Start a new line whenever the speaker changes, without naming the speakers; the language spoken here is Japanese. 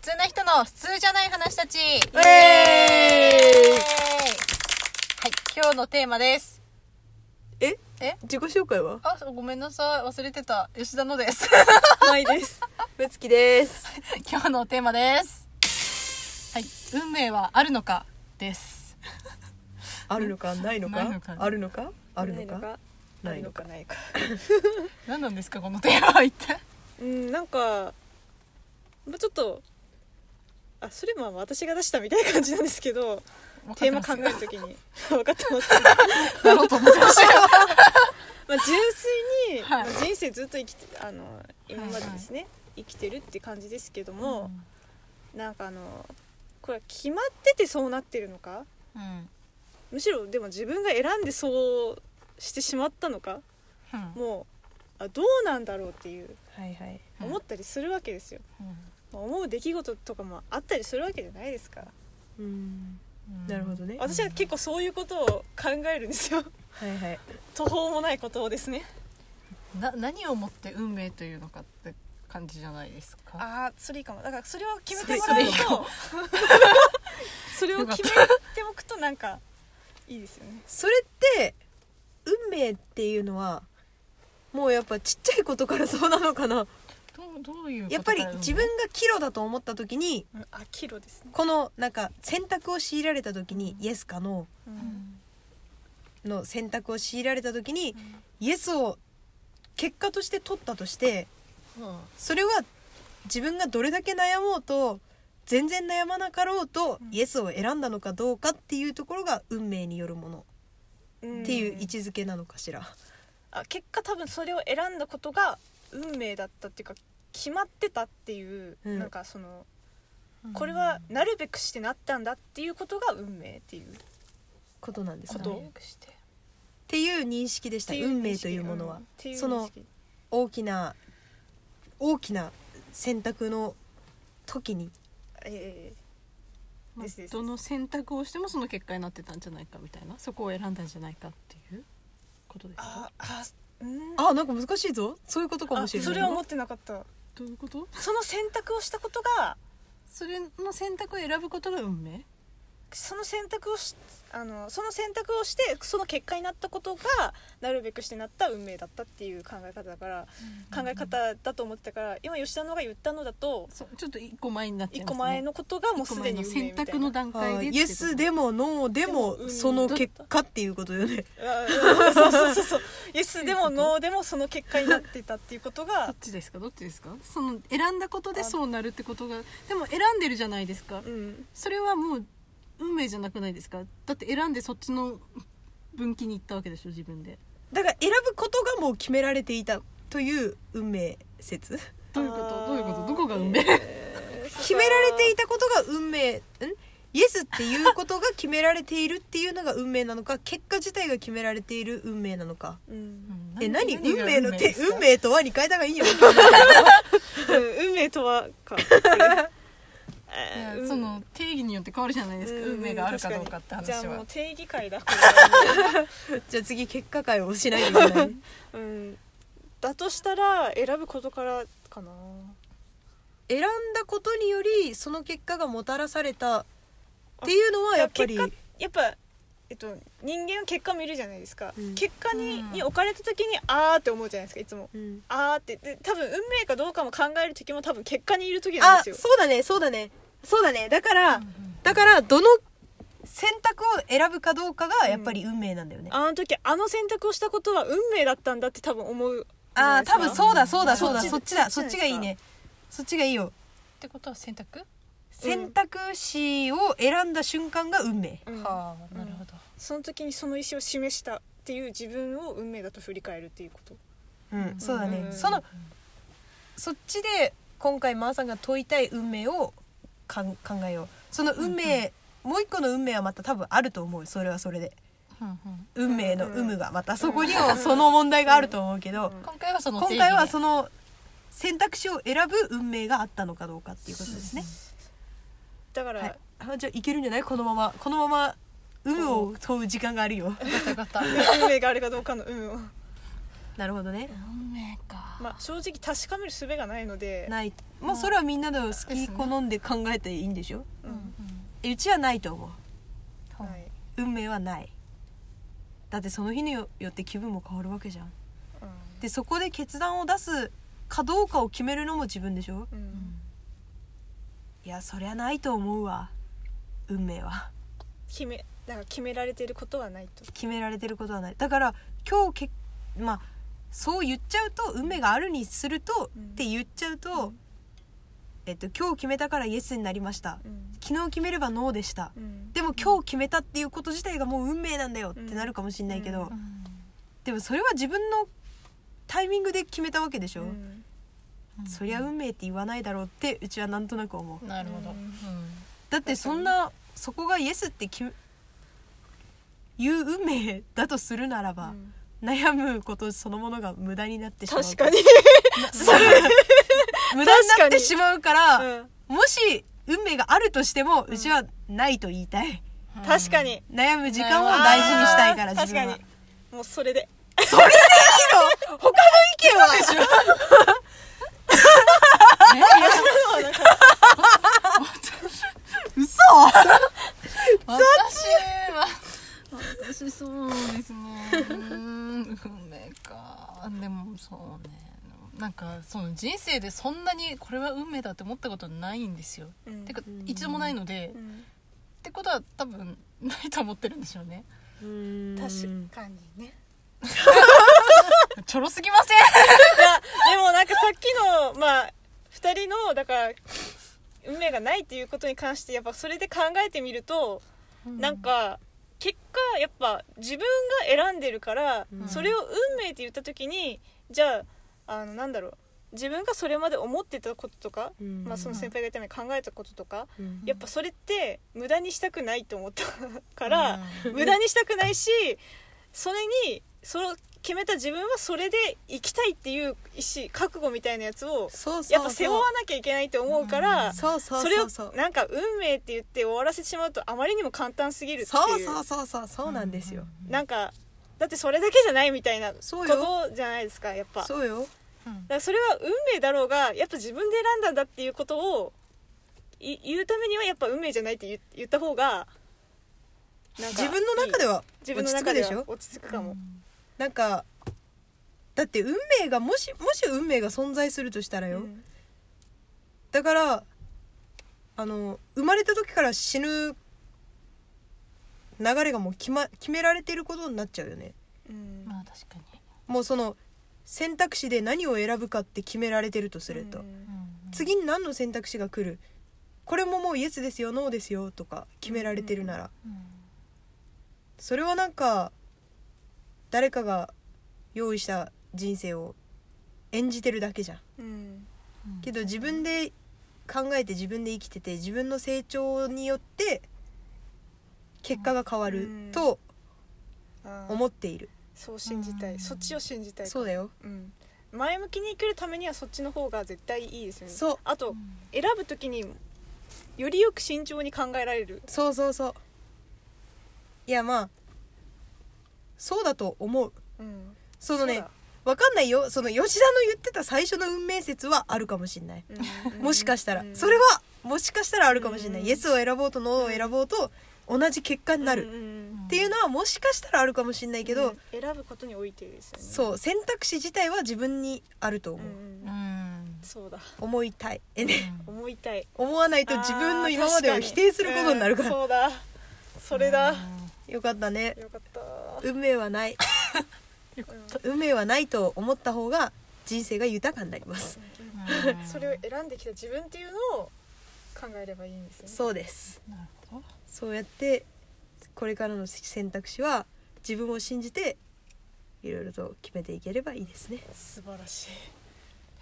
通な人の普通じゃない話たち。
イエーイ
イエーイはい、今日のテーマです。
え
え
自己紹介は
あ、ごめんなさい。忘れてた。吉田のです。
はいです。むつきです。
今日のテーマです。はい、運命はあるのかです。
あるのかないの
ないの
か
か
あるのかあ
あ
るのか
な
ないい
の
の
か
か
ないか。
何なんですか、このテーマは一体。
うん、なんか、もうちょっと、あ、それも私が出したみたいな感じなんですけど、テーマ考えるときに、 分かってますけど、ま
だろうと思ってましたよ。
あ、純粋に、
はい
まあ人生ずっと生きて、あの、今までですね、生きてるって感じですけども、なんかあの、これは決まっててそうなってるのか
うん。うん。
むしろでも自分が選んでそうしてしまったのか
うん
もうあどうなんだろうっていう
はいはい
うん
思ったりするわけですよ、まあ思う出来事とかもあったりするわけじゃないですか
うんなるほど。ね
私は結構そういうことを考えるんですよ
はいはい
途方もないことをですね
な何をもって運命というのかって感じじゃないですか。
ああそれいいかもだからそれを決め
め
て
て
も
も
ら
ら
う
うと
と それを
よかっ
決
た
めておくとなんかいいですよね
それって運命っていうのはもうやっぱちっちゃいことからそうなのかな
どうどういうこと
やっぱり
が運命
自分が岐路だと思った時に
うんあキロですね、
このなんか選択を強いられた時にイエスかノ
う
うんん
ーの選択を強いられた時にイエスを結果として取ったとしてそれは自分がどれだけ悩もうと全然悩まなかろうと、
うん
イエスを選んだのかどうかっていうところが運命によるもの
ん
っていう位置づけなのかしら、
あ結果多分それを選んだことが運命だったっていうか決まってたっていう、
うん
なんかそのこれはなるべくしてなったんだっていうことが運命っていう
ことなんです
こ
か
と
ね
を
っ
って
いう認識でした
ていう
運命というものは、
うんっていう
その
認識
大きな大きな選択の時に
え
まあ
ですです
どの選択をしてもその結果になってたんじゃないかみたいなそこを選んだんじゃないかっていうことです
ー、
か
ああうん
あなんか難しいぞそういうことかも
あ
しれない
それは思ってなかった
どういうこと
その選択をしたことが
それの選択を選ぶことが運命
その選択をしあのその選択をしてその結果になったことがなるべくしてなった運命だったっていう考え方だから、考え方だと思ってたから今吉田のが言ったのだと
そうちょっと一個前になっちゃい
一
ます
個
ね
前のことがもう
一個
す
前
でに
の
運命み
選
たいな
択の段階
は
で
いイエスで
も
もノーでも
でもうん
その結果っていうことよね
ああ そうそうそうそうイエスでもノーでもその結果になってたっていうこと
ど
が
っちですかどっちですかその選んだことでそうなるってことがでも選んでるじゃないですか
うん
それはもう運命じゃなくないですかだって選んでそっちの分岐に行ったわけでしょ自分で
だから選ぶことがもう決められていたという運命説
どういうこと
あー
どういうことどこが運命、
決められていたことが運命んイエスっていうことが決められているっていうのが運命なのか結果自体が決められている運命なのか
うん
え何
が
運命の
で
手
すか
運命とはに変えた方がいい よ
うん運命とはか
い
え
や
ーうん
その定義によって変わるじゃないですか、
うん
運命があるかどうかって
じゃあ
話
も
は
う定義会だこ れは
じゃあ次結果会をしないといけない
うんだとしたら選ぶことからかな
選んだことによりその結果がもたらされたっていうのはやっぱり
結果やっぱえっと人間は結果見るじゃないですか、
うん
結果に,、
うん
に置かれた時にあーって思うじゃないですかいつも
うん
あーってで多分運命かどうかも考える時も多分結果にいる時なん
あ
ですよ
そうだねそうだねそうだねだからだからどの選択を選ぶかどうかがやっぱり運命なんだよね、
あの時あの選択をしたことは運命だったんだって多分思う
あー多分そうだそうだそうだ
そ
そ
っ
っ
ち
ちだ
そ
そ
っ
っ
ち
ち
じゃ
が
ないですか
いいねそっちがいいよ
ってことは選択、
選択肢を選んだ瞬間が運命
うん
はあ
ん
なるほど、
その時にその意思を示したっていう自分を運命だと振り返るっていうこと
うんそうだ
う
ね
ん
そのそっちで今回マーさんが問いたい運命をかん考えようその運命もう一個の運命はまた多分あると思うそれはそれで
うんうん
運命の
うん
有無がまたそこにもその問題があると思うけど
今回はその
今
定義
回はその選択肢を選ぶ運命があったのかどうかっていうことですね
だから、
はいあじゃあいけるんじゃないこのままこのまま有無を問う時間があるよ
のよかったよかった
運命があるかどうかの運を
なるほどね
運命か
まあ、正直確かめる術がないので
ないま
まあ
あそれはみんなの好
で
き
すね
好んで考えていいんでしょ
う
うんうん
ん
えうちはないと思う
うん
はい
運命はないだってその日によよって気分も変わるわけじゃん
うん
でそこで決断を出すかどうかを決めるのも自分でしょ
う
うんん
いやそりゃないと思うわ運命は
決めだから決められてることはないと
決められてることはないだから今日けまあそう言っちゃうと運命があるにすると、
うん
って言っちゃうと、
うん
えっと、今日決めたからイエスになりました
うん
昨日決めればノーでした、
うん
でも今日決めたっていうこと自体がもう運命なんだよってなるかもしんないけど、
うん
でもそれは自分のタイミングで決めたわけでしょ、
うん
うん
そりゃ運命って言わないだろうってうちはなんとなく思う
なるほど、
うん
だってそんなそこがイエスって決め言う運命だとするならば、悩むことそのものが無駄になってしまう
確かに
それ 無駄になっ
確か
て
に
しまうから
うん
もし運命があるとしてもうちはないと言いたい
確かに
悩む時間を大事にしたいから
あー
自分
確かに
は
もうそれで
意見は
うん、ね私
嘘
は私そうですねうーん運命かでもそうねなんかその人生でそんなにこれは運命だって思ったことないんですよ、
うん
てか
うん
一度もないので、
う
っ
ん
てことは多分ないと思ってるんでしょうね
確かにね
ちょろすぎません
いやでもなんかさっきのまあ2人のだから運命がないっていうことに関してやっぱそれで考えてみると、なんか結果やっぱ自分が選んでるから、
うん
それを運命って言った時にじゃああのなんだろう自分がそれまで思ってたこととか、
うん
まあ、その先輩が言ったように考えたこととか、
うん
やっぱそれって無駄にしたくないと思ったから、 無駄にしたくないしそれにその決めた自分はそれで生きたいっていう意思覚悟みたいなやつを
そうそうそう
やっぱ背負わなきゃいけないと思うから
そうそう
それ
そ
を
うそう
なんか運命って言って終わらせてしまうとあまりにも簡単すぎるって
そう
いう
そうそうそうそうなんですよ、
なんかだってそれだけじゃないみたいなこ
そうよ
とじゃないですかやっぱだか
そうよ
らそれは運命だろうがやっぱ自分で選んだんだっていうことをい言うためにはやっぱ運命じゃないって言言った方がなんか
自分の中で
いい
は
自
落
分の
ち着
中
く
で
で
は
しょ
落ち着くかも、
なんかだって運命がもしもし運命が存在するとしたらよ、
うん
だからあの生まれた時から死ぬ流れがもう決,、ま、決められてることになっちゃうよね
うん
まあ確かに、
もうその選択肢で何を選ぶかって決められてるとすると、
うん
次に何の選択肢が来るこれももうイエスですよノーですよとか決められてるなら、それはなんか誰かが用意した人生を演じてるだけじゃん
うん
けど自分で考えて自分で生きてて自分の成長によって結果が変わると
あー
思っている、
そう信じたい、
うん
そっちを信じたい
そうだよ
うん、前向きに生きるためにはそっちの方が絶対いいですよね
そう
あと、選ぶ時によりよく慎重に考えられる
そうそうそういやまあそうだと思う
うん
そのね
う
わかんないよその吉田の言ってた最初の運命説はあるかもしんない
だうん
もしかしたら、
うん
それはもしかしたらあるかもしれない、
うん
イエスを選ぼうとノーを選ぼうと同じ結果になる、
うん
っ
うん
ていうのはもしかしたらあるかもしれないけど、
うん選ぶことにおいてですよね
そう選択肢自体は自分にあると
う
思
ん
う、
うん、
うん
そうだ
思いたいえね
思いたい
思わないと自分の今までを否定することになるから
あー確かにうんそうだそれだ、
よかったね
よかった
運命はない運命はないと思った方が人生が豊かになります、
それを選んできた自分っていうのを考えればいいんですよね
そうです
なるほど
そうやってこれからの選択肢は自分を信じていろいろと決めていければいいですね
素晴らしい